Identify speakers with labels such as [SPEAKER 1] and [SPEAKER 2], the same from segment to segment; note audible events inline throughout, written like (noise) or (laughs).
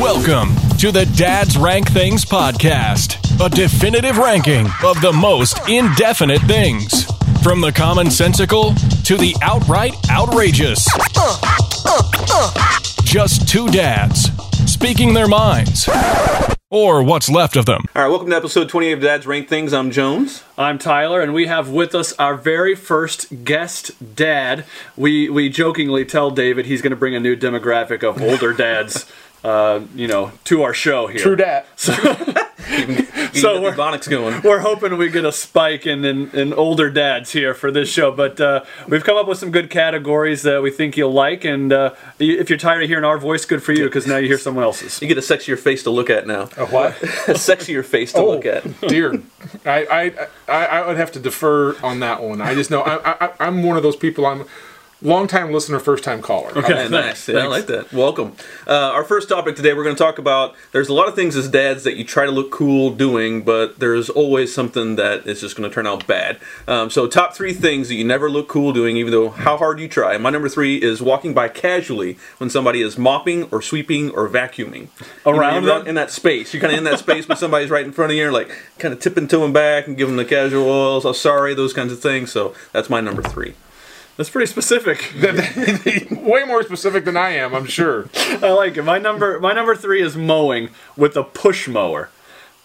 [SPEAKER 1] Welcome to the Dad's Rank Things podcast, a definitive ranking of the most indefinite things. From the commonsensical to the outright outrageous. Just two dads speaking their minds, or what's left of them.
[SPEAKER 2] All right, welcome to episode 28 of Dad's Rank Things. I'm Jones.
[SPEAKER 3] I'm Tyler, and we have with us our very first guest dad. We we jokingly tell David he's going to bring a new demographic of older dads, uh, you know, to our show here.
[SPEAKER 4] True dat.
[SPEAKER 3] So
[SPEAKER 2] So
[SPEAKER 3] we're-
[SPEAKER 2] Ebonics going.
[SPEAKER 3] We're hoping we get a spike in, in, in older dads here for this show, but uh, we've come up with some good categories that we think you'll like. And uh, y- if you're tired of hearing our voice, good for you because now you hear someone else's.
[SPEAKER 2] You get a sexier face to look at
[SPEAKER 3] Oh.
[SPEAKER 2] now.
[SPEAKER 4] A (laughs) what? Oh,
[SPEAKER 2] A (laughs) sexier face to look at.
[SPEAKER 4] dear. I, I I I would have to defer on that one. I just know I, I I- I'm one of those people. I'm long time listener, first time caller.
[SPEAKER 3] Okay. (laughs)
[SPEAKER 2] Yeah, Oh, nice. Yeah, I like that. Welcome. Uh, our first topic today, we're going to talk about. There's a lot of things as dads that you try to look cool doing, but there's always something that is just going to turn out bad. Um, so, top three things that you never look cool doing, even though how hard you try. My number three is walking by casually when somebody is mopping or sweeping or vacuuming
[SPEAKER 3] Around
[SPEAKER 2] You know, you're not
[SPEAKER 3] them?
[SPEAKER 2] in that space. You're kind of in that space, but somebody's right in front of you, and like kind of tipping to them back and giving them the casual oils. Oh, sorry, those kinds of things. So that's my number three.
[SPEAKER 3] That's pretty specific.
[SPEAKER 4] Way more specific than I am, I'm sure.
[SPEAKER 3] I like it. My number my number three is mowing with a push mower.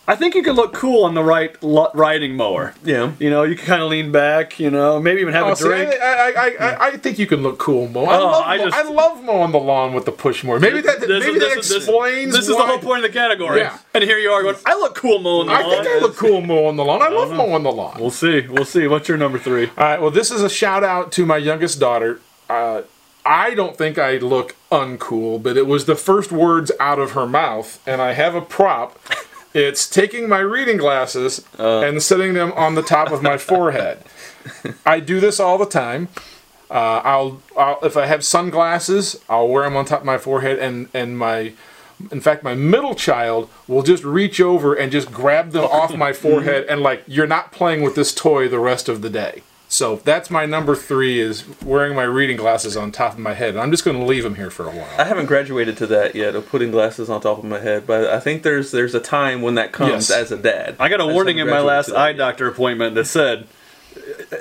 [SPEAKER 3] I think you could look cool on the right lo- riding mower.
[SPEAKER 2] Yeah.
[SPEAKER 3] You know, you can kind of lean back. You know, maybe even have
[SPEAKER 4] Oh,
[SPEAKER 3] a
[SPEAKER 4] see, I,
[SPEAKER 3] drink.
[SPEAKER 4] I, I, I, I think you can look cool, Mo. I,
[SPEAKER 3] Oh,
[SPEAKER 4] love,
[SPEAKER 3] I
[SPEAKER 4] I,
[SPEAKER 3] just-
[SPEAKER 4] I love mowing the lawn with the push more. Maybe that
[SPEAKER 3] This-
[SPEAKER 4] maybe
[SPEAKER 3] this-
[SPEAKER 4] that
[SPEAKER 3] this-
[SPEAKER 4] explains.
[SPEAKER 3] This, is the
[SPEAKER 4] why-
[SPEAKER 3] whole point of the category.
[SPEAKER 4] Yeah.
[SPEAKER 3] And here you are going. I look cool mowing the
[SPEAKER 4] I think I
[SPEAKER 3] lawn."
[SPEAKER 4] look cool mowing the lawn. I love mowing the lawn.
[SPEAKER 3] We'll see. We'll see. What's your number three?
[SPEAKER 4] All right. Well, this is a shout out to my youngest daughter. Uh, I don't think I look uncool, but it was the first words out of her mouth, and I have a prop. It's taking my reading glasses and setting them on the top of my forehead. I do this all the time. Uh, I'll, I'll if I have sunglasses, I'll wear them on top of my forehead, and and my, in fact, my middle child will just reach over and just grab them
[SPEAKER 3] (laughs)
[SPEAKER 4] off my
[SPEAKER 3] Mm-hmm.
[SPEAKER 4] forehead, and like you're not playing with this toy the rest of the day. So that's my number three is wearing my reading glasses on top of my head. And I'm just going to leave them here for a while.
[SPEAKER 2] I haven't graduated to that yet of putting glasses on top of my head, but I think there's there's a time when that comes
[SPEAKER 4] Yes.
[SPEAKER 2] as a dad.
[SPEAKER 3] I got a
[SPEAKER 2] just
[SPEAKER 3] warning in
[SPEAKER 2] haven't
[SPEAKER 3] my
[SPEAKER 2] graduated
[SPEAKER 3] last
[SPEAKER 2] to
[SPEAKER 3] eye
[SPEAKER 2] that
[SPEAKER 3] doctor appointment that said,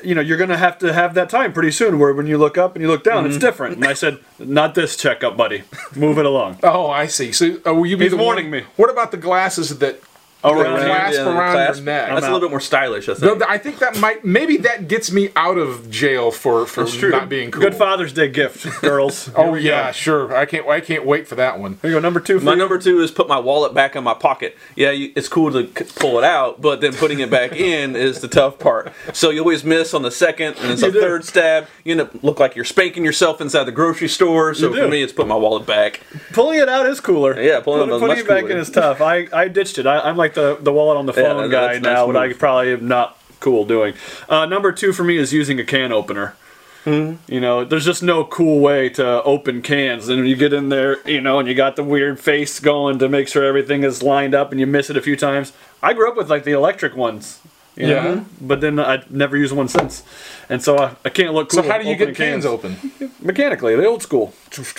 [SPEAKER 3] you know, you're going to have to have that time pretty soon where when you look up and you look down, it's
[SPEAKER 4] Mm-hmm.
[SPEAKER 3] different. And I said, not this checkup, buddy. Move it along.
[SPEAKER 4] (laughs) Oh, I see. So uh, will you be
[SPEAKER 3] He's
[SPEAKER 4] the
[SPEAKER 3] warning
[SPEAKER 4] one-
[SPEAKER 3] me.
[SPEAKER 4] What about the glasses that
[SPEAKER 3] Around
[SPEAKER 4] that
[SPEAKER 3] you,
[SPEAKER 4] clasp
[SPEAKER 2] yeah, the
[SPEAKER 4] around
[SPEAKER 2] clasp.
[SPEAKER 4] your neck?
[SPEAKER 2] That's a
[SPEAKER 3] out.
[SPEAKER 2] little bit more stylish, I
[SPEAKER 4] Though
[SPEAKER 2] think.
[SPEAKER 4] th- I think that might maybe that gets me out of jail for for not being cool.
[SPEAKER 3] Good Father's Day
[SPEAKER 4] (laughs)
[SPEAKER 3] gift, girls. Here
[SPEAKER 4] Oh
[SPEAKER 3] we
[SPEAKER 4] yeah,
[SPEAKER 3] Go.
[SPEAKER 4] sure. I can't I can't wait for that one.
[SPEAKER 3] Here you go, number two. For
[SPEAKER 2] my
[SPEAKER 3] you.
[SPEAKER 2] number two is put my wallet back in my pocket. Yeah, you, it's cool to c- pull it out, but then putting it
[SPEAKER 3] (laughs)
[SPEAKER 2] back in is the tough part. So you always miss on the second and it's a
[SPEAKER 3] do.
[SPEAKER 2] third stab. You end up look like you're spanking yourself inside the grocery store. So
[SPEAKER 3] You
[SPEAKER 2] for
[SPEAKER 3] do.
[SPEAKER 2] me, it's put my wallet
[SPEAKER 3] (laughs)
[SPEAKER 2] back.
[SPEAKER 3] pulling it out is cooler.
[SPEAKER 2] Yeah, pulling it out is much
[SPEAKER 3] it back
[SPEAKER 2] cooler.
[SPEAKER 3] in is tough. I, I ditched it. I, I'm like the, the wallet on the
[SPEAKER 2] Yeah, that's-
[SPEAKER 3] phone guy
[SPEAKER 2] that's nice
[SPEAKER 3] now, but I
[SPEAKER 2] move.
[SPEAKER 3] probably am not cool doing. Uh, number two for me is using a can opener.
[SPEAKER 2] Hmm.
[SPEAKER 3] You know, there's just no cool way to open cans. And you get in there, you know, and you got the weird face going to make sure everything is lined up, and you miss it a few times. I grew up with like the electric ones. You
[SPEAKER 4] Yeah.
[SPEAKER 3] Know? But then I never used one since, and so I, I can't look cool.
[SPEAKER 4] So how do you
[SPEAKER 3] opening
[SPEAKER 4] get cans open?
[SPEAKER 3] Mechanically, the old school.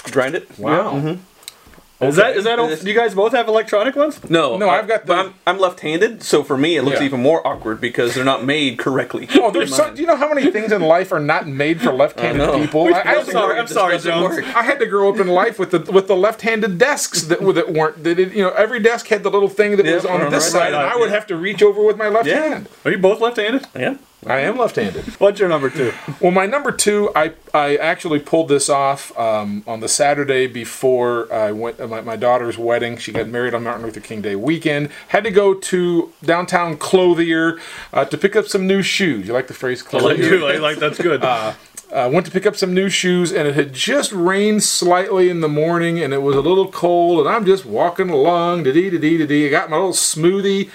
[SPEAKER 2] Grind it.
[SPEAKER 4] Wow.
[SPEAKER 3] Mm-hmm. Is that is that?
[SPEAKER 2] Okay.
[SPEAKER 3] Old, do you guys both have electronic ones?
[SPEAKER 2] No,
[SPEAKER 4] No, I've got
[SPEAKER 2] But
[SPEAKER 4] the-
[SPEAKER 2] I'm, I'm left-handed, so for me it looks
[SPEAKER 4] Yeah.
[SPEAKER 2] even more awkward because they're not made correctly.
[SPEAKER 4] (laughs) Oh, there's so, do you know how many things in life are not made for left-handed
[SPEAKER 2] know.
[SPEAKER 4] people? I, I had to
[SPEAKER 3] sorry,
[SPEAKER 4] grow-
[SPEAKER 3] I'm sorry, Jones.
[SPEAKER 4] I had to grow up in life with the with the left-handed desks that that weren't that it, you know every desk had the little thing that
[SPEAKER 2] Yeah,
[SPEAKER 4] was on
[SPEAKER 2] right,
[SPEAKER 4] this
[SPEAKER 2] right,
[SPEAKER 4] side, and
[SPEAKER 3] right,
[SPEAKER 4] I would have to reach over with my left
[SPEAKER 2] Yeah.
[SPEAKER 4] hand.
[SPEAKER 3] Are you both left-handed?
[SPEAKER 2] Yeah.
[SPEAKER 4] I am left-handed.
[SPEAKER 3] What's your number two?
[SPEAKER 4] Well, my number two, I I actually pulled this off um, on the Saturday before I went uh, my, my daughter's wedding. She got married on Martin Luther King Day weekend. Had to go to downtown clothier uh, to pick up some new shoes. You like the phrase
[SPEAKER 3] Like
[SPEAKER 4] clothier?
[SPEAKER 3] you, like, like that's good.
[SPEAKER 4] Uh, I went to pick up some new shoes, and it had just rained slightly in the morning, and it was a little cold. And I'm just walking along, da dee da dee da dee. I got my little smoothie,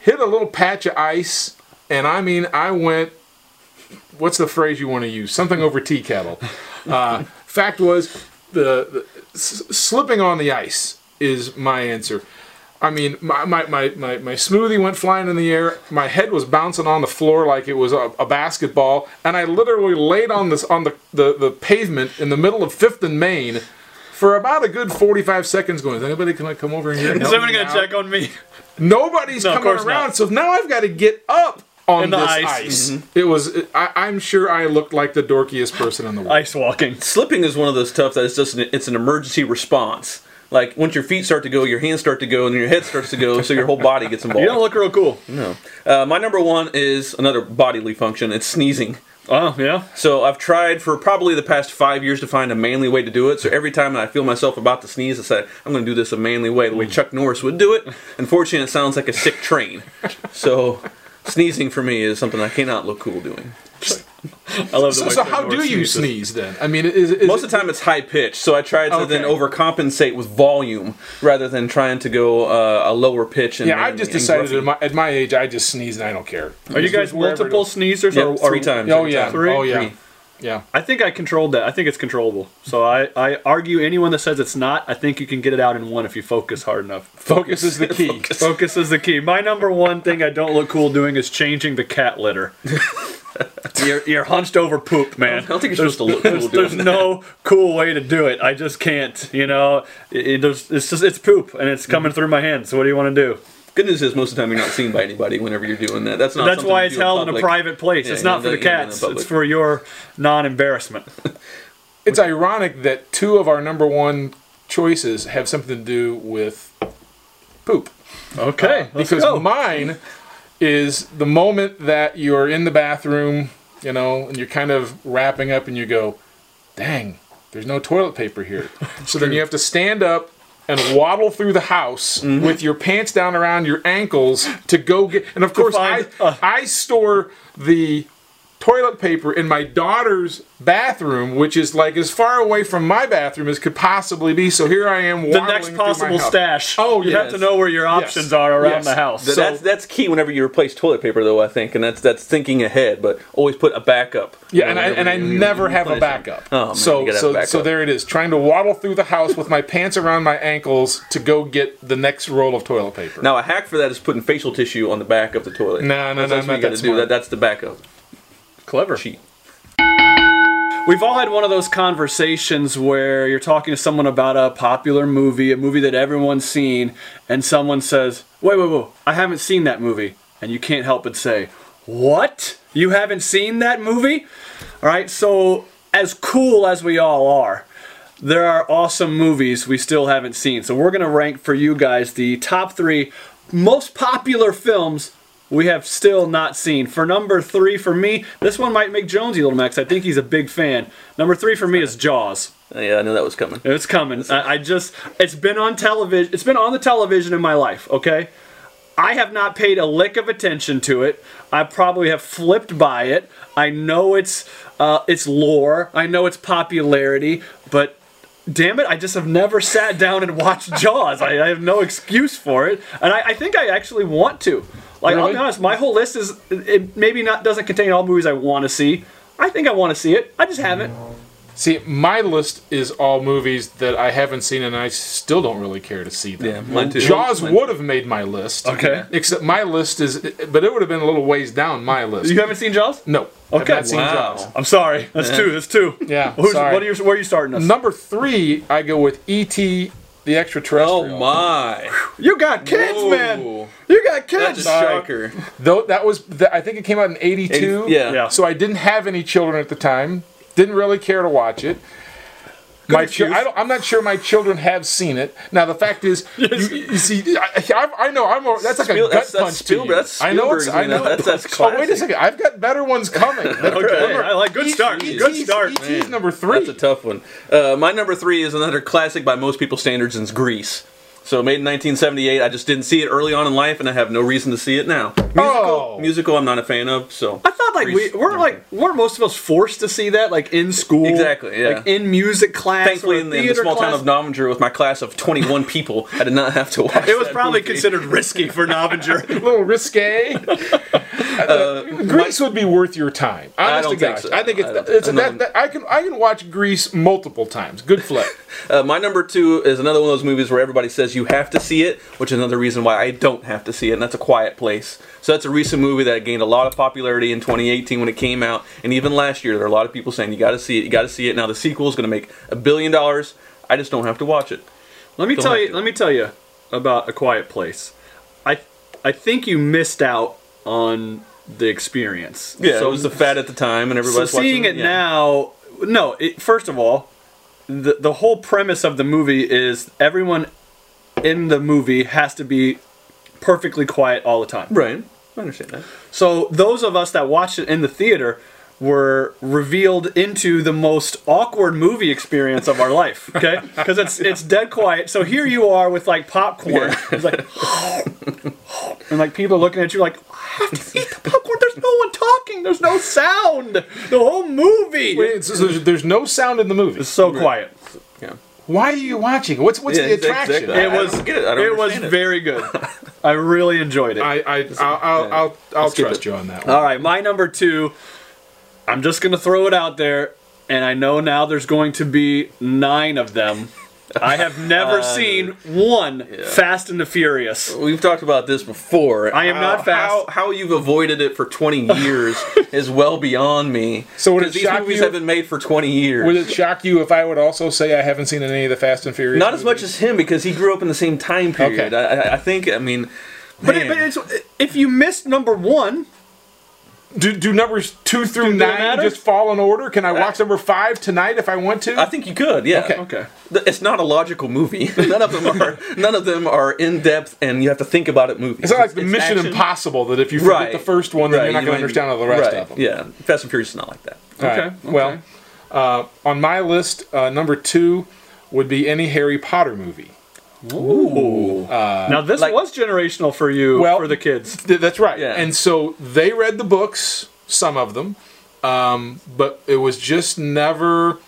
[SPEAKER 4] hit a little patch of ice, and I mean, I went. What's the phrase you want to use? Something over tea kettle. Uh, fact was, the, the s- slipping on the ice is my answer. I mean, my, my, my, my, my smoothie went flying in the air. My head was bouncing on the floor like it was a, a basketball, and I literally laid on this on the, the, the pavement in the middle of Fifth and Main for about a good 45 seconds going, is anybody going to come over here? and
[SPEAKER 3] Is
[SPEAKER 4] help
[SPEAKER 3] anyone
[SPEAKER 4] me
[SPEAKER 3] gonna
[SPEAKER 4] out?"
[SPEAKER 3] check on me?
[SPEAKER 4] Nobody's
[SPEAKER 3] No, of
[SPEAKER 4] coming
[SPEAKER 3] course
[SPEAKER 4] around,
[SPEAKER 3] not.
[SPEAKER 4] so now I've got to get up on
[SPEAKER 3] In the
[SPEAKER 4] this
[SPEAKER 3] ice.
[SPEAKER 4] ice.
[SPEAKER 2] Mm-hmm.
[SPEAKER 4] It was. I, I'm sure I looked like the dorkiest person in the world.
[SPEAKER 3] (laughs) Ice walking.
[SPEAKER 2] Slipping is one of those stuff that it's just an, it's an emergency response. Like once your feet start to go, your hands start to go, and your head starts to go, so your whole body gets involved.
[SPEAKER 3] You don't look real cool.
[SPEAKER 2] Uh, my number one is another bodily function. It's sneezing.
[SPEAKER 3] Oh yeah.
[SPEAKER 2] So I've tried for probably the past five years to find a manly way to do it. So every time I feel myself about to sneeze, I say, I'm going to do this a manly way, the way Chuck Norris would do it. Unfortunately, it sounds like a sick train. So sneezing for me is something I cannot look cool doing.
[SPEAKER 3] I love the
[SPEAKER 4] So,
[SPEAKER 3] way
[SPEAKER 4] so
[SPEAKER 3] Fred
[SPEAKER 4] how
[SPEAKER 3] Norris
[SPEAKER 4] do you
[SPEAKER 3] sneezes.
[SPEAKER 4] sneeze then? I mean, is, is
[SPEAKER 2] Most of the time, it's high pitched, so I try to then
[SPEAKER 4] Okay.
[SPEAKER 2] overcompensate with volume rather than trying to go uh, a lower pitch. And
[SPEAKER 4] yeah, I've
[SPEAKER 2] and-
[SPEAKER 4] just
[SPEAKER 2] and
[SPEAKER 4] decided
[SPEAKER 2] gruffy.
[SPEAKER 4] at my, at my age, I just sneeze and I don't care.
[SPEAKER 3] Are you guys multiple sneezers?
[SPEAKER 2] Yeah,
[SPEAKER 3] or, or-
[SPEAKER 2] three times.
[SPEAKER 4] Oh
[SPEAKER 2] every
[SPEAKER 4] yeah.
[SPEAKER 2] time.
[SPEAKER 3] Three?
[SPEAKER 4] Oh yeah.
[SPEAKER 2] Three.
[SPEAKER 4] Yeah.
[SPEAKER 3] I think I controlled that. I think it's controllable. So I, I argue anyone that says it's not, I think you can get it out in one if you focus hard enough. (laughs)
[SPEAKER 4] Focus is the key.
[SPEAKER 3] Focus is the key. My number one thing I don't look cool doing is changing the cat
[SPEAKER 2] (laughs)
[SPEAKER 3] litter. you're, you're hunched over poop, man.
[SPEAKER 2] I don't think you're supposed to look cool
[SPEAKER 3] There's,
[SPEAKER 2] doing
[SPEAKER 3] there's no cool way to do it. I just can't. You know, It- it- there's, it's just it's poop and it's
[SPEAKER 2] Mhm.
[SPEAKER 3] coming through my hand. So what do you want to do?
[SPEAKER 2] Good news is most of the time you're not seen by anybody whenever you're doing that. That's not.
[SPEAKER 3] That's
[SPEAKER 2] something
[SPEAKER 3] why
[SPEAKER 2] you
[SPEAKER 3] it's
[SPEAKER 2] do in
[SPEAKER 3] held in a
[SPEAKER 2] public.
[SPEAKER 3] private place.
[SPEAKER 2] Yeah,
[SPEAKER 3] it's
[SPEAKER 2] you
[SPEAKER 3] not for
[SPEAKER 2] don't
[SPEAKER 3] the
[SPEAKER 2] do it in
[SPEAKER 3] cats.
[SPEAKER 2] public.
[SPEAKER 3] It's for your non-embarrassment.
[SPEAKER 4] It's ironic that two of our number one choices have something to do with poop. Uh,
[SPEAKER 3] Okay, let's
[SPEAKER 4] because
[SPEAKER 3] go.
[SPEAKER 4] mine is the moment that you're in the bathroom, you know, and you're kind of wrapping up and you go, dang, there's no toilet
[SPEAKER 3] (laughs)
[SPEAKER 4] paper here. so then you have to stand up and waddle through the house
[SPEAKER 3] Mm-hmm.
[SPEAKER 4] with your pants down around your ankles to go get. And of course,
[SPEAKER 3] find uh,
[SPEAKER 4] I, I store the toilet paper in my daughter's bathroom which is like as far away from my bathroom as could possibly be so here i am
[SPEAKER 3] the next possible stash.
[SPEAKER 4] Oh,
[SPEAKER 3] you have
[SPEAKER 4] yes.
[SPEAKER 3] to know where your options are around
[SPEAKER 4] Yes.
[SPEAKER 3] the house.
[SPEAKER 2] Th- that's that's key whenever you replace toilet paper, though. I think, and that's that's thinking ahead, but always put a backup.
[SPEAKER 4] Yeah,
[SPEAKER 2] You
[SPEAKER 4] and
[SPEAKER 2] know,
[SPEAKER 4] I
[SPEAKER 2] whenever
[SPEAKER 4] and I
[SPEAKER 2] you- you-
[SPEAKER 4] never
[SPEAKER 2] you
[SPEAKER 4] have a
[SPEAKER 2] replace them.
[SPEAKER 4] backup.
[SPEAKER 2] Oh, man, you
[SPEAKER 4] so
[SPEAKER 2] gotta have
[SPEAKER 4] so
[SPEAKER 2] backup.
[SPEAKER 4] so there it is. Trying to waddle through the house with my pants around my ankles to go get the next roll of toilet paper.
[SPEAKER 2] Now a hack for that is putting facial tissue on the back of the toilet.
[SPEAKER 4] No, no, no,
[SPEAKER 2] that's
[SPEAKER 4] not
[SPEAKER 2] what you got
[SPEAKER 4] that
[SPEAKER 2] to do.
[SPEAKER 4] smart.
[SPEAKER 2] That that's the backup.
[SPEAKER 3] clever.
[SPEAKER 2] Cheat.
[SPEAKER 3] We've all had one of those conversations where you're talking to someone about a popular movie, a movie that everyone's seen, and someone says, "Wait, wait, wait! I haven't seen that movie," and you can't help but say, "What? You haven't seen that movie?" All right. So, as cool as we all are, there are awesome movies we still haven't seen. So we're gonna rank for you guys the top three most popular films we have still not seen. For number three for me, this one might make Jonesy a little max. I think he's a big fan. Number three for me is Jaws.
[SPEAKER 2] Oh, yeah, I knew that was coming.
[SPEAKER 3] It's coming. I, I just it's been on television. It's been on the television in my life. Okay, I have not paid a lick of attention to it. I probably have flipped by it. I know its uh, its lore. I know its popularity, but. Damn it, I just have never sat down and watched (laughs) Jaws. I, I have no excuse for it. And I, I think I actually want to. Like, I'll be
[SPEAKER 4] Really?
[SPEAKER 3] honest, my whole list is it maybe not doesn't contain all movies I want to see. I think I want to see it. I just haven't.
[SPEAKER 4] See, my list is all movies that I haven't seen and I still don't really care to see
[SPEAKER 2] Yeah,
[SPEAKER 4] them.
[SPEAKER 2] mine too.
[SPEAKER 4] Jaws would have made my list.
[SPEAKER 3] Okay.
[SPEAKER 4] Except my list is but it would have been a little ways down my list.
[SPEAKER 3] You haven't seen Jaws?
[SPEAKER 4] no. I've
[SPEAKER 3] Okay.
[SPEAKER 4] not seen
[SPEAKER 2] Wow.
[SPEAKER 4] Jaws.
[SPEAKER 3] I'm sorry. That's two. That's two.
[SPEAKER 4] Yeah,
[SPEAKER 3] Who's,
[SPEAKER 4] sorry.
[SPEAKER 3] What are you, where are you starting us?
[SPEAKER 4] Number 3, I go with E.T. the
[SPEAKER 2] Oh
[SPEAKER 4] extraterrestrial.
[SPEAKER 2] my!
[SPEAKER 3] You got kids,
[SPEAKER 2] Whoa.
[SPEAKER 3] man. You got
[SPEAKER 2] That's a
[SPEAKER 3] kids.
[SPEAKER 2] shocker.
[SPEAKER 4] Though that was that, I think it came out in 82.
[SPEAKER 2] Eighty- yeah.
[SPEAKER 3] Yeah.
[SPEAKER 4] So I didn't have any children at the time. Didn't really care to watch it. my chi-
[SPEAKER 3] excuse.
[SPEAKER 4] I don't, I'm not sure my children have seen it. Now the fact
[SPEAKER 2] (laughs)
[SPEAKER 4] is, you, you see, I, I, I know I'm. A, that's like
[SPEAKER 2] Spiel-
[SPEAKER 4] a gut
[SPEAKER 2] that's- that's
[SPEAKER 4] punch. to you.
[SPEAKER 2] Spielberg- that's
[SPEAKER 4] I know it's. I
[SPEAKER 2] Spielberg, man.
[SPEAKER 4] know
[SPEAKER 2] That's- that's
[SPEAKER 4] (laughs) Oh wait a
[SPEAKER 2] classic.
[SPEAKER 4] second! I've got better
[SPEAKER 2] (laughs)
[SPEAKER 4] ones coming. E
[SPEAKER 3] Okay, I like good start. Good start.
[SPEAKER 4] ET's, E number three.
[SPEAKER 2] That's a tough one. Uh, my number three is another classic by most people's standards, and it's Grease. So made in 1978. I just didn't see it early on in life, and I have no reason to see it now. Musical,
[SPEAKER 4] Oh.
[SPEAKER 2] musical, I'm not a fan of. So
[SPEAKER 3] I thought like we weren't like weren't most of us forced to see that like in school
[SPEAKER 2] Exactly, yeah.
[SPEAKER 3] like in music class
[SPEAKER 2] thankfully,
[SPEAKER 3] or
[SPEAKER 2] in the, in the
[SPEAKER 3] theater
[SPEAKER 2] small town
[SPEAKER 3] class.
[SPEAKER 2] of Novinger, with my class of 21 people, I did not have to watch.
[SPEAKER 3] it was
[SPEAKER 2] that
[SPEAKER 3] probably
[SPEAKER 2] movie. (laughs)
[SPEAKER 3] considered risky for Novinger.
[SPEAKER 4] a little risque. Greece would be worth your time. Honest
[SPEAKER 2] Uh, don't
[SPEAKER 4] to
[SPEAKER 2] think
[SPEAKER 4] gosh.
[SPEAKER 2] so.
[SPEAKER 4] I think it's,
[SPEAKER 2] I don't-
[SPEAKER 4] it's
[SPEAKER 2] I don't-
[SPEAKER 4] that, that, I can I can watch Greece multiple times.
[SPEAKER 2] (laughs)
[SPEAKER 4] Good flick.
[SPEAKER 2] Uh, my number two is another one of those movies where everybody says you have to see it, which is another reason why I don't have to see it, and that's A Quiet Place. So that's a recent movie that gained a lot of popularity in 2018 when it came out, and even last year there are a lot of people saying you got to see it, you got to see it. Now the sequel is going to make a billion dollars. I just don't have to watch it.
[SPEAKER 3] Let me
[SPEAKER 2] Don't
[SPEAKER 3] tell
[SPEAKER 2] have
[SPEAKER 3] you.
[SPEAKER 2] to.
[SPEAKER 3] Let me tell you about a quiet place. I I think you missed out on the experience.
[SPEAKER 2] Yeah, so
[SPEAKER 3] So
[SPEAKER 2] it was the fad at the time, and
[SPEAKER 3] so
[SPEAKER 2] everybody's
[SPEAKER 3] seeing
[SPEAKER 2] watching
[SPEAKER 3] it
[SPEAKER 2] yeah.
[SPEAKER 3] now. No, it, first of all, the the whole premise of the movie is everyone in the movie has to be perfectly quiet all the time.
[SPEAKER 2] Right, I understand that.
[SPEAKER 3] So those of us that watched it in the theater were revealed into the most awkward movie experience of our life.
[SPEAKER 2] (laughs)
[SPEAKER 3] Okay, because it's it's dead quiet. So here you are with like popcorn. It's like. (laughs) And like people are looking at you like, I have to eat the popcorn. There's no one talking. There's no sound. The whole movie.
[SPEAKER 4] Wait, so there's, there's no sound in the movie.
[SPEAKER 3] It's so quiet.
[SPEAKER 2] Yeah,
[SPEAKER 4] Why are you watching? What's what's
[SPEAKER 2] Yeah,
[SPEAKER 4] the attraction?
[SPEAKER 2] exactly.
[SPEAKER 3] It
[SPEAKER 2] I
[SPEAKER 3] was
[SPEAKER 2] don't get it. I don't
[SPEAKER 3] was
[SPEAKER 2] understand it. (laughs)
[SPEAKER 3] very good. I really enjoyed it.
[SPEAKER 4] I, I, I'll, I'll, I'll, I'll
[SPEAKER 2] skip
[SPEAKER 4] trust
[SPEAKER 2] it.
[SPEAKER 4] you on that one.
[SPEAKER 3] All right, my number two. I'm just gonna throw it out there, and I know now there's going to be nine of them. I have never (laughs) seen one Fast and the Furious.
[SPEAKER 2] we've talked about this before.
[SPEAKER 3] I am not fast.
[SPEAKER 2] How, how you've avoided it for
[SPEAKER 4] (laughs)
[SPEAKER 2] 20 years is well beyond me.
[SPEAKER 4] So would
[SPEAKER 2] 'Cause
[SPEAKER 4] it
[SPEAKER 2] these
[SPEAKER 4] shock
[SPEAKER 2] movies
[SPEAKER 4] you-
[SPEAKER 2] have been made for 20 years.
[SPEAKER 4] Would it shock you if I would also say I haven't seen any of the Fast and Furious?
[SPEAKER 2] not as much as him because he grew up in the same time period.
[SPEAKER 4] Okay.
[SPEAKER 2] I, I- I think. I mean,
[SPEAKER 3] But,
[SPEAKER 2] man.
[SPEAKER 3] it, but it's, if you missed number one,
[SPEAKER 4] Do, do numbers two through
[SPEAKER 3] Do they
[SPEAKER 4] nine
[SPEAKER 3] matter?
[SPEAKER 4] just fall in order? Can I watch number five tonight if I want to?
[SPEAKER 2] Uh, I think you could. Yeah.
[SPEAKER 4] Okay.
[SPEAKER 3] okay.
[SPEAKER 2] Th- It's not a logical movie. (laughs) None of them
[SPEAKER 4] (laughs)
[SPEAKER 2] are. none of them are in depth, and you have to think about it. Movies.
[SPEAKER 4] it's not like the
[SPEAKER 2] It's
[SPEAKER 4] Mission
[SPEAKER 2] action-
[SPEAKER 4] Impossible that if you forget
[SPEAKER 2] Right.
[SPEAKER 4] the first one, then
[SPEAKER 2] Right,
[SPEAKER 4] you're not
[SPEAKER 2] you
[SPEAKER 4] going
[SPEAKER 2] might
[SPEAKER 4] to
[SPEAKER 2] be-
[SPEAKER 4] understand all the rest
[SPEAKER 2] right,
[SPEAKER 4] of them.
[SPEAKER 2] Yeah, Fast and Furious is not like that.
[SPEAKER 4] All right.
[SPEAKER 3] Okay,
[SPEAKER 4] Well,
[SPEAKER 3] okay.
[SPEAKER 4] uh, on my list, uh, number two would be any Harry Potter movie.
[SPEAKER 3] now this
[SPEAKER 2] like-
[SPEAKER 3] was generational for you,
[SPEAKER 4] Well-
[SPEAKER 3] for the (laughs) kids.
[SPEAKER 4] Th- That's right.
[SPEAKER 2] Yeah.
[SPEAKER 4] And so they read the books, some of them, um, but it was just never.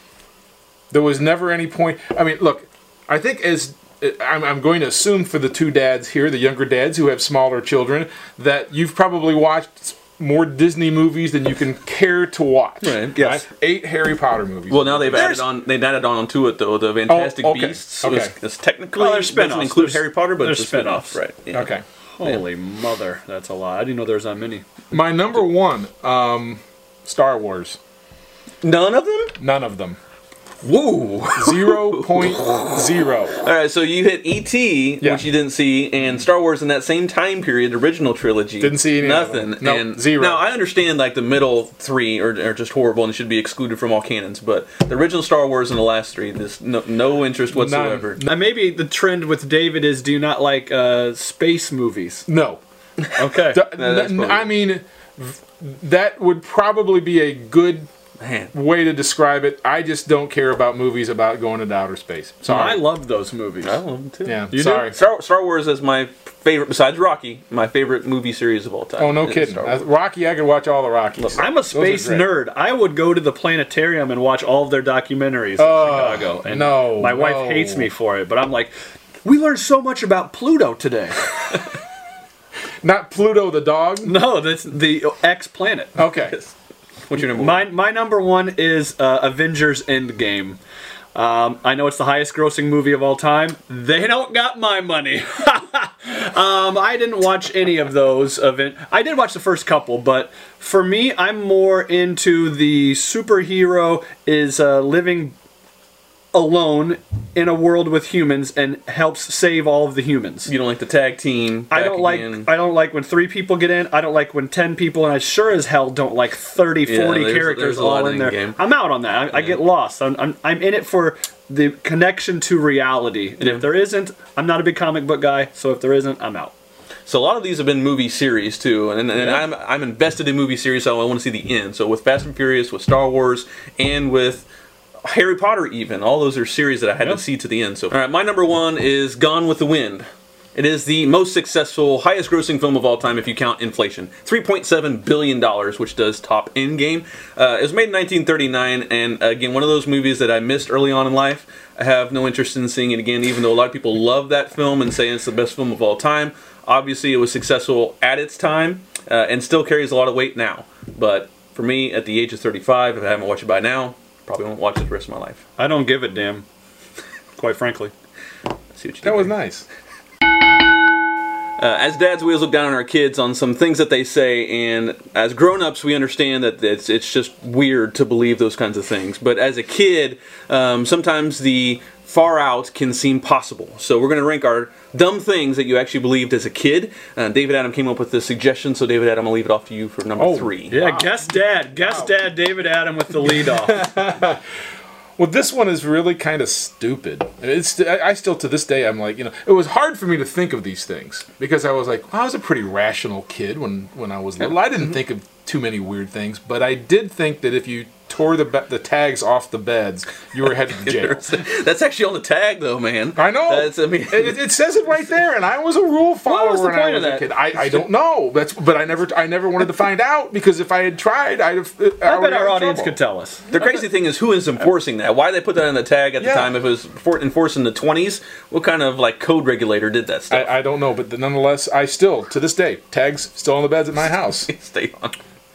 [SPEAKER 4] There was never any point. I mean, look, I think as I'm, I'm going to assume for the two dads here, the younger dads who have smaller children, that you've probably watched more Disney movies than you can care to watch.
[SPEAKER 2] Right, yes.
[SPEAKER 4] Eight Harry Potter movies.
[SPEAKER 2] Well, now they've
[SPEAKER 3] There's-
[SPEAKER 2] added on. They've added on onto it though the Fantastic
[SPEAKER 4] Oh, okay,
[SPEAKER 2] Beasts. Okay.
[SPEAKER 4] okay.
[SPEAKER 2] It's, it's technically
[SPEAKER 3] Well, they're
[SPEAKER 2] doesn't
[SPEAKER 3] spin-offs.
[SPEAKER 2] include
[SPEAKER 3] There's-
[SPEAKER 2] Harry Potter, but
[SPEAKER 3] there's
[SPEAKER 2] it's a spin-off,
[SPEAKER 3] spin-offs.
[SPEAKER 2] right? Yeah.
[SPEAKER 4] okay.
[SPEAKER 3] Holy mother, that's a lot. I didn't know there was that many.
[SPEAKER 4] My number one, um, Star Wars.
[SPEAKER 2] None of them.
[SPEAKER 4] None of them.
[SPEAKER 2] Whoa. (laughs)
[SPEAKER 4] Zero point zero.
[SPEAKER 2] All right, so you hit E.T.,
[SPEAKER 4] Yeah.
[SPEAKER 2] which you didn't see, and Star Wars in that same time period, the original trilogy.
[SPEAKER 4] Didn't see any of them.
[SPEAKER 2] nothing.
[SPEAKER 4] Nope,
[SPEAKER 2] and
[SPEAKER 4] zero.
[SPEAKER 2] Now I understand like the middle three are, are just horrible and should be excluded from all canons, but the original Star Wars and the last three, this no, no interest whatsoever.
[SPEAKER 3] And maybe the trend with David is do you not like uh, space movies?
[SPEAKER 4] No.
[SPEAKER 3] Okay.
[SPEAKER 4] Th-
[SPEAKER 2] No, that's
[SPEAKER 4] n-
[SPEAKER 2] probably-
[SPEAKER 4] I mean, v- that would probably be a good
[SPEAKER 2] Man,
[SPEAKER 4] way to describe it. I just don't care about movies about going into outer space.
[SPEAKER 3] I
[SPEAKER 4] Sorry.
[SPEAKER 3] love those movies.
[SPEAKER 2] I love them too.
[SPEAKER 4] yeah,
[SPEAKER 3] You do?
[SPEAKER 4] sorry.
[SPEAKER 2] Star, Star Wars is my favorite, besides Rocky, my favorite movie series of all time.
[SPEAKER 4] Oh, no
[SPEAKER 2] is
[SPEAKER 4] kidding.
[SPEAKER 2] Star
[SPEAKER 4] Uh,
[SPEAKER 2] Wars.
[SPEAKER 4] Rocky, I could watch all the Rockies.
[SPEAKER 3] I'm a space
[SPEAKER 4] great.
[SPEAKER 3] nerd. I would go to the planetarium and watch all of their documentaries in Chicago. And
[SPEAKER 4] Oh, no,
[SPEAKER 3] my wife
[SPEAKER 4] no.
[SPEAKER 3] hates me for it, but I'm like, we learned so much about Pluto today. (laughs)
[SPEAKER 4] Not Pluto
[SPEAKER 2] (laughs)
[SPEAKER 4] the dog.
[SPEAKER 3] no, that's the X planet.
[SPEAKER 4] Okay.
[SPEAKER 2] What's your number one?
[SPEAKER 3] My my number one is uh, Avengers Endgame. Um, I know it's the highest grossing movie of all time. They don't got my money. (laughs) um, I didn't watch any of those. Event. I did watch the first couple, but for me, I'm more into the superhero is uh, living alone in a world with humans and helps save all of the humans.
[SPEAKER 2] You don't like the tag team?
[SPEAKER 3] I
[SPEAKER 2] back
[SPEAKER 3] don't like
[SPEAKER 2] again.
[SPEAKER 3] I don't like when three people get in. I don't like when ten people, and I sure as hell don't like 30, 40
[SPEAKER 2] there's-
[SPEAKER 3] characters
[SPEAKER 2] there's a lot
[SPEAKER 3] all
[SPEAKER 2] in
[SPEAKER 3] in
[SPEAKER 2] the
[SPEAKER 3] there.
[SPEAKER 2] game.
[SPEAKER 3] I'm out on that. I, I get lost. I'm, I'm I'm in it for the connection to reality. And
[SPEAKER 2] Yeah.
[SPEAKER 3] if there isn't, I'm not a big comic book guy. So if there isn't, I'm out.
[SPEAKER 2] So a lot of these have been movie series too, and, and, and
[SPEAKER 3] Yeah.
[SPEAKER 2] I'm I'm invested in movie series, so I want to see the end. So with Fast and Furious, with Star Wars, and with Harry Potter, even all those are series that I had
[SPEAKER 3] Yeah.
[SPEAKER 2] to see to the end. So all right, my number one is Gone with the Wind. It is the most successful, highest grossing film of all time if you count inflation. $3.7 billion, which does top Endgame. Uh, it was made in 1939, and uh, again, one of those movies that I missed early on in life. I have no interest in seeing it again, even though a lot of people love that film and say it's the best film of all time. Obviously, it was successful at its time uh, and still carries a lot of weight now. But for me, at the age of 35, if I haven't watched it by now, probably won't watch it the rest of my life.
[SPEAKER 3] I don't give a damn. Quite frankly,
[SPEAKER 2] See what you
[SPEAKER 4] That
[SPEAKER 2] do
[SPEAKER 4] was
[SPEAKER 2] there.
[SPEAKER 4] nice.
[SPEAKER 2] Uh, as dads, we always look down on our kids on some things that they say, and as grown-ups, we understand that it's it's just weird to believe those kinds of things. But as a kid, um, sometimes the far out can seem possible. So we're going to rank our dumb things that you actually believed as a kid. Uh, David Adam came up with this suggestion, so David Adam, I'll leave it off to you for
[SPEAKER 4] Oh,
[SPEAKER 2] number three.
[SPEAKER 3] Yeah, guess dad. Guess dad, David Adam with the lead (laughs) off.
[SPEAKER 4] Well, this one is really kind of stupid. It's I I still to this day I'm like you know it was hard for me to think of these things because I was like well, I was a pretty rational kid when when I was little. I
[SPEAKER 2] Mm-hmm.
[SPEAKER 4] didn't think of too many weird things, but I did think that if you tore the be- the tags off the beds, you
[SPEAKER 2] (laughs)
[SPEAKER 4] were headed to jail.
[SPEAKER 2] (laughs) That's actually on the tag, though, man.
[SPEAKER 4] I know.
[SPEAKER 2] That's, I mean,
[SPEAKER 4] it, it- it says it right there, and I was a rule follower
[SPEAKER 2] was the
[SPEAKER 4] when I
[SPEAKER 2] point of
[SPEAKER 4] was a
[SPEAKER 2] that?
[SPEAKER 4] kid. I, I don't know. That's but I never I never wanted to find out because if I had tried, I'd have. I,
[SPEAKER 3] I bet our audience could tell us.
[SPEAKER 2] the crazy thing is, who is enforcing that? Why they put that on the tag at the
[SPEAKER 4] Yeah.
[SPEAKER 2] time? If it was for, enforced in the 20s, what kind of like code regulator did that stuff?
[SPEAKER 4] I, I don't know, but the- nonetheless, I still to this day tags still on the beds at my house.
[SPEAKER 2] Stay on.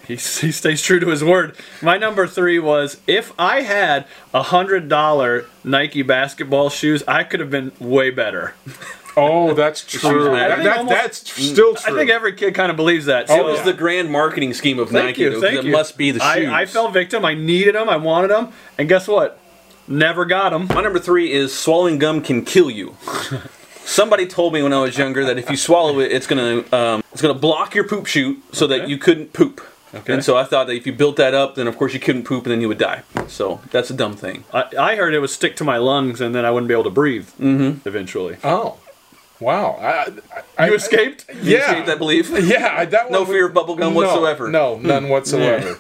[SPEAKER 3] He, (laughs) he stays true to his word. My number three was if I had a hundred dollar Nike basketball shoes, I could have been way better.
[SPEAKER 4] (laughs) Oh, that's true.
[SPEAKER 2] matter. I
[SPEAKER 4] That,
[SPEAKER 3] think
[SPEAKER 4] that-
[SPEAKER 3] almost-
[SPEAKER 4] that's still
[SPEAKER 3] I
[SPEAKER 4] true. Oh,
[SPEAKER 3] think every kid kind of believes that.
[SPEAKER 2] It
[SPEAKER 3] So
[SPEAKER 2] was
[SPEAKER 4] yeah.
[SPEAKER 2] the grand marketing scheme of
[SPEAKER 3] Oh, thank
[SPEAKER 2] Nike.
[SPEAKER 3] you,
[SPEAKER 2] though, 'cause
[SPEAKER 3] thank
[SPEAKER 2] it
[SPEAKER 3] you.
[SPEAKER 2] must be the
[SPEAKER 3] I,
[SPEAKER 2] shoes.
[SPEAKER 3] I fell victim. I needed them. I wanted them, and guess what? Never got them.
[SPEAKER 2] My number three is swallowing gum can kill you.
[SPEAKER 3] (laughs)
[SPEAKER 2] Somebody told me when I was younger that if you swallow it, it's gonna um, it's gonna block your poop chute so that
[SPEAKER 3] Okay.
[SPEAKER 2] you couldn't poop. And so I thought that if you built that up, then of course you couldn't poop and then you would die. So that's a dumb thing.
[SPEAKER 3] I, I heard it would stick to my lungs, and then I wouldn't be able to breathe. Mm-hmm. Eventually,
[SPEAKER 4] Oh, wow. I, I,
[SPEAKER 3] you
[SPEAKER 4] I-
[SPEAKER 3] escaped.
[SPEAKER 2] You
[SPEAKER 4] Yeah.
[SPEAKER 2] escaped that
[SPEAKER 3] (laughs)
[SPEAKER 2] belief.
[SPEAKER 4] yeah, I- that
[SPEAKER 2] No
[SPEAKER 4] one-
[SPEAKER 2] fear of bubble gum
[SPEAKER 4] no,
[SPEAKER 2] whatsoever.
[SPEAKER 4] No, none whatsoever.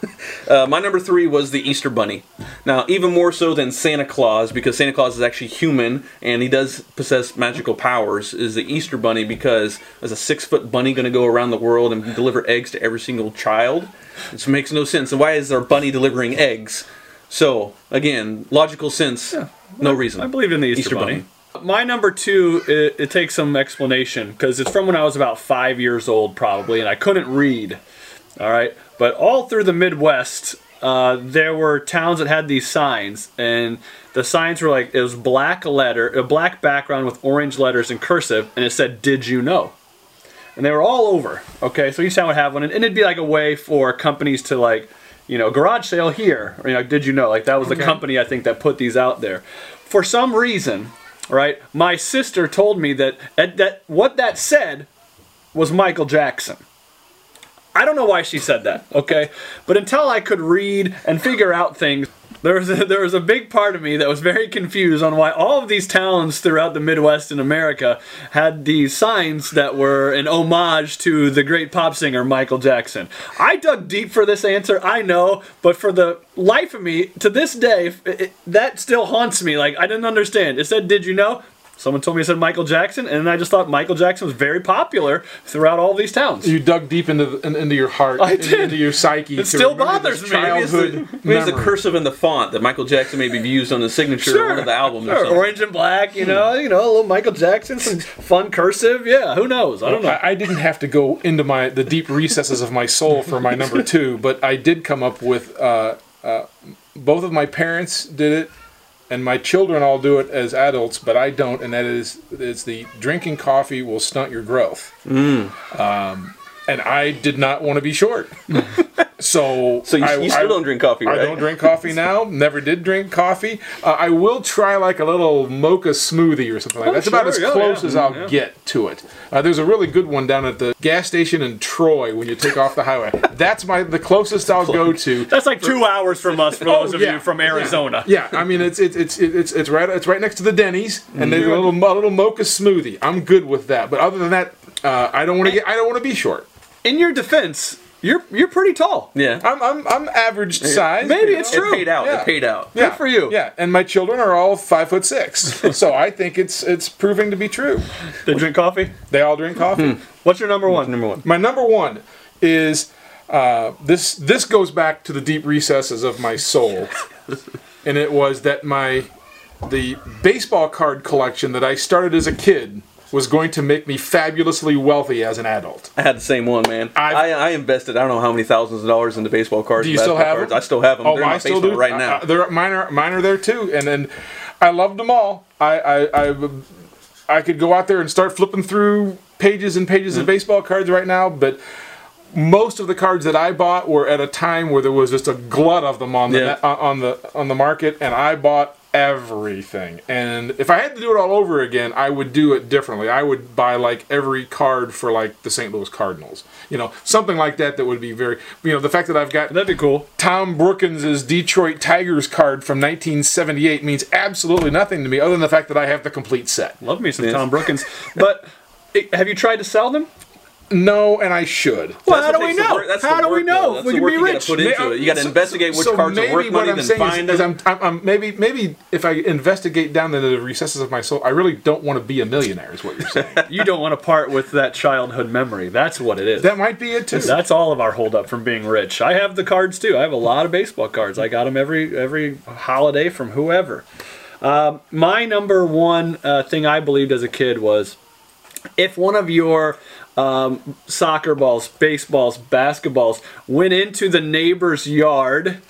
[SPEAKER 2] Uh, my number three was the Easter Bunny. Now, even more so than Santa Claus, because Santa Claus is actually human and he does possess magical powers, is the Easter Bunny because as a six foot bunny going to go around the world and deliver eggs to every single child? This makes no sense. And why is there a bunny delivering eggs? So, again, logical sense, no reason.
[SPEAKER 3] I believe in the Easter,
[SPEAKER 2] Easter
[SPEAKER 3] Bunny. My number two, it, it takes some explanation because it's from when I was about five years old, probably, and I couldn't read. All right, but all through the Midwest, uh, there were towns that had these signs, and the signs were like it was black letter, a black background with orange letters in cursive, and it said "Did you know?" and they were all over. Okay, so each town would have one, and, and it'd be like a way for companies to like, you know, garage sale here. Or, you know, did you know? Like that was the company I think that put these out there. For some reason, right? My sister told me that that, that what that said was Michael Jackson. I don't know why she said that, okay? But until I could read and figure out things, there was, a, (laughs) there was a big part of me that was very confused on why all of these towns throughout the Midwest in America had these signs that were an homage to the great pop singer Michael Jackson. I dug deep for this answer, I know, but for the life of me, to this day, it, it- that still haunts me. Like, I didn't understand. It said, Did you know? Someone told me it said Michael Jackson, and I just thought Michael Jackson was very popular throughout all these towns.
[SPEAKER 4] you dug deep into the, in- into your heart,
[SPEAKER 3] I
[SPEAKER 4] into-
[SPEAKER 3] did.
[SPEAKER 4] into your psyche.
[SPEAKER 3] It
[SPEAKER 4] to
[SPEAKER 3] still
[SPEAKER 4] remember this
[SPEAKER 3] bothers me.
[SPEAKER 2] Maybe it's the,
[SPEAKER 4] Childhood
[SPEAKER 2] maybe it's the
[SPEAKER 4] memory.
[SPEAKER 2] cursive in the font that Michael Jackson maybe used on his signature or one of the albums or
[SPEAKER 3] Sure,
[SPEAKER 2] something.
[SPEAKER 3] Orange and black, you know, you know, a little Michael Jackson, some fun cursive. Yeah, who knows? I don't know.
[SPEAKER 4] I, I didn't have to go into my the deep recesses of my soul for
[SPEAKER 2] (laughs)
[SPEAKER 4] my number two, but I did come up with uh, uh, both of my parents did it, and my children all do it as adults, but I don't, and that is it's the drinking coffee will stunt your growth. Um,
[SPEAKER 2] Mm.
[SPEAKER 4] and I did not want to
[SPEAKER 2] (laughs)
[SPEAKER 4] be short, so
[SPEAKER 2] So you,
[SPEAKER 4] I,
[SPEAKER 2] you still
[SPEAKER 4] I-
[SPEAKER 2] don't drink coffee, right?
[SPEAKER 4] I don't drink coffee now. Never did drink coffee. Uh, I will try like a little mocha smoothie or something like that. That's about
[SPEAKER 3] Oh, sure,
[SPEAKER 4] as
[SPEAKER 3] yeah,
[SPEAKER 4] close
[SPEAKER 3] yeah,
[SPEAKER 4] as I'll get to it. Uh, there's a really good one down at the gas station in Troy when you take off the highway. That's my the closest I'll go to.
[SPEAKER 3] That's like two hours from us for (laughs) those of
[SPEAKER 4] yeah,
[SPEAKER 3] you from Arizona.
[SPEAKER 4] Yeah, I mean it's it's it's it's it's right it's right next to the Denny's and there's a little a little mocha smoothie. I'm good with that. But other than that, uh, I don't want to get I don't want to be short.
[SPEAKER 3] In your defense, you're you're pretty tall.
[SPEAKER 2] Yeah.
[SPEAKER 4] I'm I'm I'm average size.
[SPEAKER 3] Maybe
[SPEAKER 4] you
[SPEAKER 3] it's
[SPEAKER 4] know?
[SPEAKER 3] true.
[SPEAKER 2] It paid out.
[SPEAKER 4] Yeah.
[SPEAKER 2] It paid out.
[SPEAKER 3] Good for you.
[SPEAKER 4] Yeah, and my children are all five foot six,
[SPEAKER 3] (laughs)
[SPEAKER 4] so I think it's it's proving to be true.
[SPEAKER 3] They drink coffee.
[SPEAKER 4] They all
[SPEAKER 3] Hmm.
[SPEAKER 4] drink coffee.
[SPEAKER 3] What's your number one? Number one.
[SPEAKER 4] My number one is uh, this. This goes back to the deep recesses of
[SPEAKER 3] (laughs)
[SPEAKER 4] my soul, and it was that my the baseball card collection that I started as a kid was going to make me fabulously wealthy as an adult.
[SPEAKER 2] I had the same one, man.
[SPEAKER 4] I've-
[SPEAKER 2] I, I invested I don't know how many thousands of dollars into baseball cards.
[SPEAKER 4] Do you
[SPEAKER 2] and
[SPEAKER 4] still
[SPEAKER 2] basketball cards.
[SPEAKER 4] have them? Oh,
[SPEAKER 2] I still have them.
[SPEAKER 3] Oh,
[SPEAKER 2] They're in my basement right
[SPEAKER 4] I-
[SPEAKER 2] now.
[SPEAKER 3] Uh,
[SPEAKER 4] I- they're mine are mine are there too, and then I loved them all. I I I, I could go out there and start flipping through pages and pages
[SPEAKER 2] Mm-hmm.
[SPEAKER 4] of baseball cards right now, but most of the cards that I bought were at a time where there was just a glut of them on the
[SPEAKER 2] Yeah.
[SPEAKER 4] on on the on the market, and I bought everything. And if I had to do it all over again, I would do it differently. I would buy like every card for like the St. Louis Cardinals, you know, something like that. That would be very, you know, the fact that I've got
[SPEAKER 3] That'd be cool.
[SPEAKER 4] Tom Brookins' Detroit Tigers card from 1978 means absolutely nothing to me other than the fact that I have the complete set.
[SPEAKER 3] Love me some Tom Brookins. But eh, have you tried to sell them?
[SPEAKER 4] No, and I should.
[SPEAKER 3] Well,
[SPEAKER 2] That's
[SPEAKER 3] how
[SPEAKER 2] what
[SPEAKER 3] do we
[SPEAKER 2] takes the
[SPEAKER 3] know?
[SPEAKER 2] work- that's
[SPEAKER 3] how
[SPEAKER 2] the
[SPEAKER 3] do we
[SPEAKER 2] work, though.
[SPEAKER 3] know
[SPEAKER 2] That's
[SPEAKER 3] if we
[SPEAKER 2] the
[SPEAKER 3] can
[SPEAKER 2] work
[SPEAKER 3] be
[SPEAKER 2] you gotta
[SPEAKER 3] rich?
[SPEAKER 2] put in. into it. You gotta investigate which cards are
[SPEAKER 4] maybe
[SPEAKER 2] worth
[SPEAKER 4] what
[SPEAKER 2] money,
[SPEAKER 4] I'm
[SPEAKER 2] then
[SPEAKER 4] saying is-
[SPEAKER 2] find
[SPEAKER 4] is
[SPEAKER 2] them.
[SPEAKER 4] I'm, I'm, I'm- maybe, maybe if I investigate down into the recesses of my soul, I really don't want to be a millionaire. Is what
[SPEAKER 2] (laughs)
[SPEAKER 4] you're saying?
[SPEAKER 3] You don't want to part with that childhood memory. That's what it is.
[SPEAKER 4] that might be it too.
[SPEAKER 3] That's all of our holdup from being rich. I have the cards too. I have a lot of baseball cards. I got them every every holiday from whoever. Um, my number one uh, thing I believed as a kid was if one of your um, soccer balls, baseballs, basketballs went into the neighbor's yard,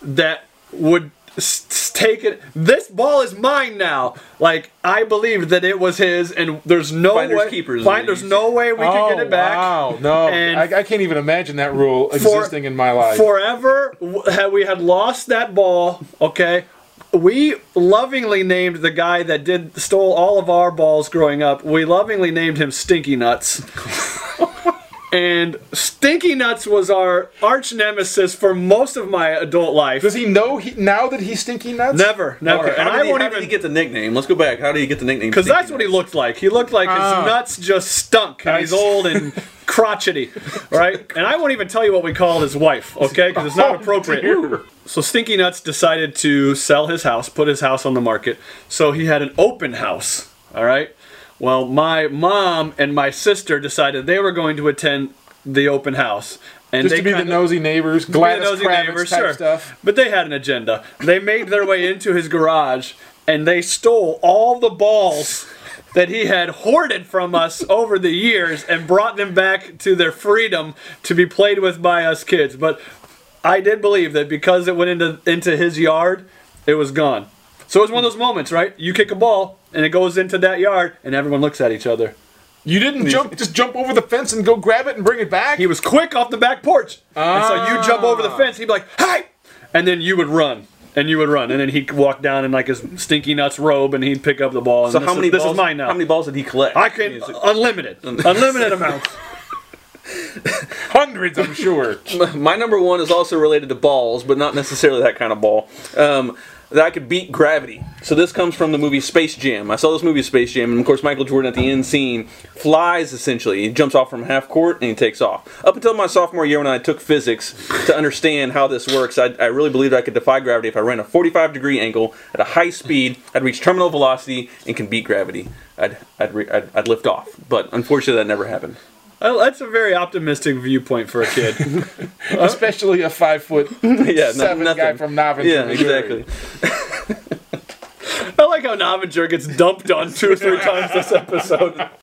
[SPEAKER 3] that would s- s- take it. This ball is mine now. Like I believed that it was his, and there's no
[SPEAKER 2] Finders
[SPEAKER 3] way.
[SPEAKER 2] keepers,
[SPEAKER 3] find- there's
[SPEAKER 2] ladies.
[SPEAKER 3] no way we
[SPEAKER 4] oh,
[SPEAKER 3] could get it back.
[SPEAKER 4] Wow, no,
[SPEAKER 3] And-
[SPEAKER 4] I, I can't even imagine that rule
[SPEAKER 3] For-
[SPEAKER 4] existing in my life.
[SPEAKER 3] Forever, w- had we had lost that ball, okay? We lovingly named the guy that did stole all of our balls growing up. We lovingly named him Stinky
[SPEAKER 4] (laughs)
[SPEAKER 3] Nuts. and Stinky Nuts was our arch nemesis for most of my adult life.
[SPEAKER 4] Does he know he, now that he's stinky nuts?
[SPEAKER 3] never, never.
[SPEAKER 2] Okay,
[SPEAKER 3] and
[SPEAKER 2] how did
[SPEAKER 3] I
[SPEAKER 2] he-
[SPEAKER 3] won't
[SPEAKER 2] how
[SPEAKER 3] even
[SPEAKER 2] did he get the nickname? Let's go back. How did he get the nickname?
[SPEAKER 3] Because that's what he looked like. He looked like his
[SPEAKER 4] Ah.
[SPEAKER 3] nuts just stunk. And he's
[SPEAKER 4] Nice.
[SPEAKER 3] old and
[SPEAKER 4] (laughs)
[SPEAKER 3] crotchety, right? And I won't even tell you what we called his wife, okay? Because it's not
[SPEAKER 4] (laughs) Oh,
[SPEAKER 3] appropriate.
[SPEAKER 4] dear.
[SPEAKER 3] So Stinky Nuts decided to sell his house, put his house on the market. So he had an open house, all right? Well, my mom and my sister decided they were going to attend the open house. And
[SPEAKER 4] Just
[SPEAKER 3] they
[SPEAKER 4] to be the
[SPEAKER 3] kinda-
[SPEAKER 4] nosy neighbors,
[SPEAKER 3] be the
[SPEAKER 4] Gladys
[SPEAKER 3] nosy
[SPEAKER 4] Kravitz
[SPEAKER 3] neighbors,
[SPEAKER 4] type
[SPEAKER 3] sure.
[SPEAKER 4] stuff.
[SPEAKER 3] But they had an agenda. They made their way into his garage and they stole all the balls that he had hoarded from us over the years and brought them back to their freedom to be played with by us kids. But I did believe that because it went into into his yard, it was gone. So it was one of those moments, right? You kick a ball and it goes into that yard and everyone looks at each other.
[SPEAKER 4] You didn't jump, just jump over the fence and go grab it and bring it back.
[SPEAKER 3] He was quick off the back porch. And so you jump
[SPEAKER 2] Ah.
[SPEAKER 3] over the fence, he'd be like, hey! And then you would run. And you would run. And then he'd walk down in like his stinky nuts robe and he'd pick up the ball. And
[SPEAKER 2] So
[SPEAKER 3] this
[SPEAKER 2] how
[SPEAKER 3] is-
[SPEAKER 2] many
[SPEAKER 3] this
[SPEAKER 2] balls?
[SPEAKER 3] is mine now.
[SPEAKER 2] How many balls did he collect?
[SPEAKER 3] I can
[SPEAKER 2] (laughs)
[SPEAKER 3] unlimited. unlimited amounts.
[SPEAKER 2] (laughs)
[SPEAKER 4] Hundreds, I'm sure.
[SPEAKER 2] My number one is also related to balls, but not necessarily that kind of ball. Um, that I could beat gravity. So this comes from the movie Space Jam. I saw this movie Space Jam, and of course Michael Jordan at the end scene flies essentially. He jumps off from half court and he takes off. Up until my sophomore year when I took physics to understand how this works, I, I really believed I could defy gravity if I ran a 45 degree angle at a high speed. I'd reach terminal velocity and can beat gravity. I'd I'd, re- I'd, I'd lift off, but unfortunately that never happened. (laughs)
[SPEAKER 3] Uh, That's a very optimistic viewpoint for a kid. (laughs)
[SPEAKER 4] Especially a five foot
[SPEAKER 2] (laughs) yeah, no-
[SPEAKER 4] seven guy
[SPEAKER 2] nothing.
[SPEAKER 4] from Novice.
[SPEAKER 2] Yeah, exactly. (laughs)
[SPEAKER 3] I like how Navager gets dumped on two or three times this episode.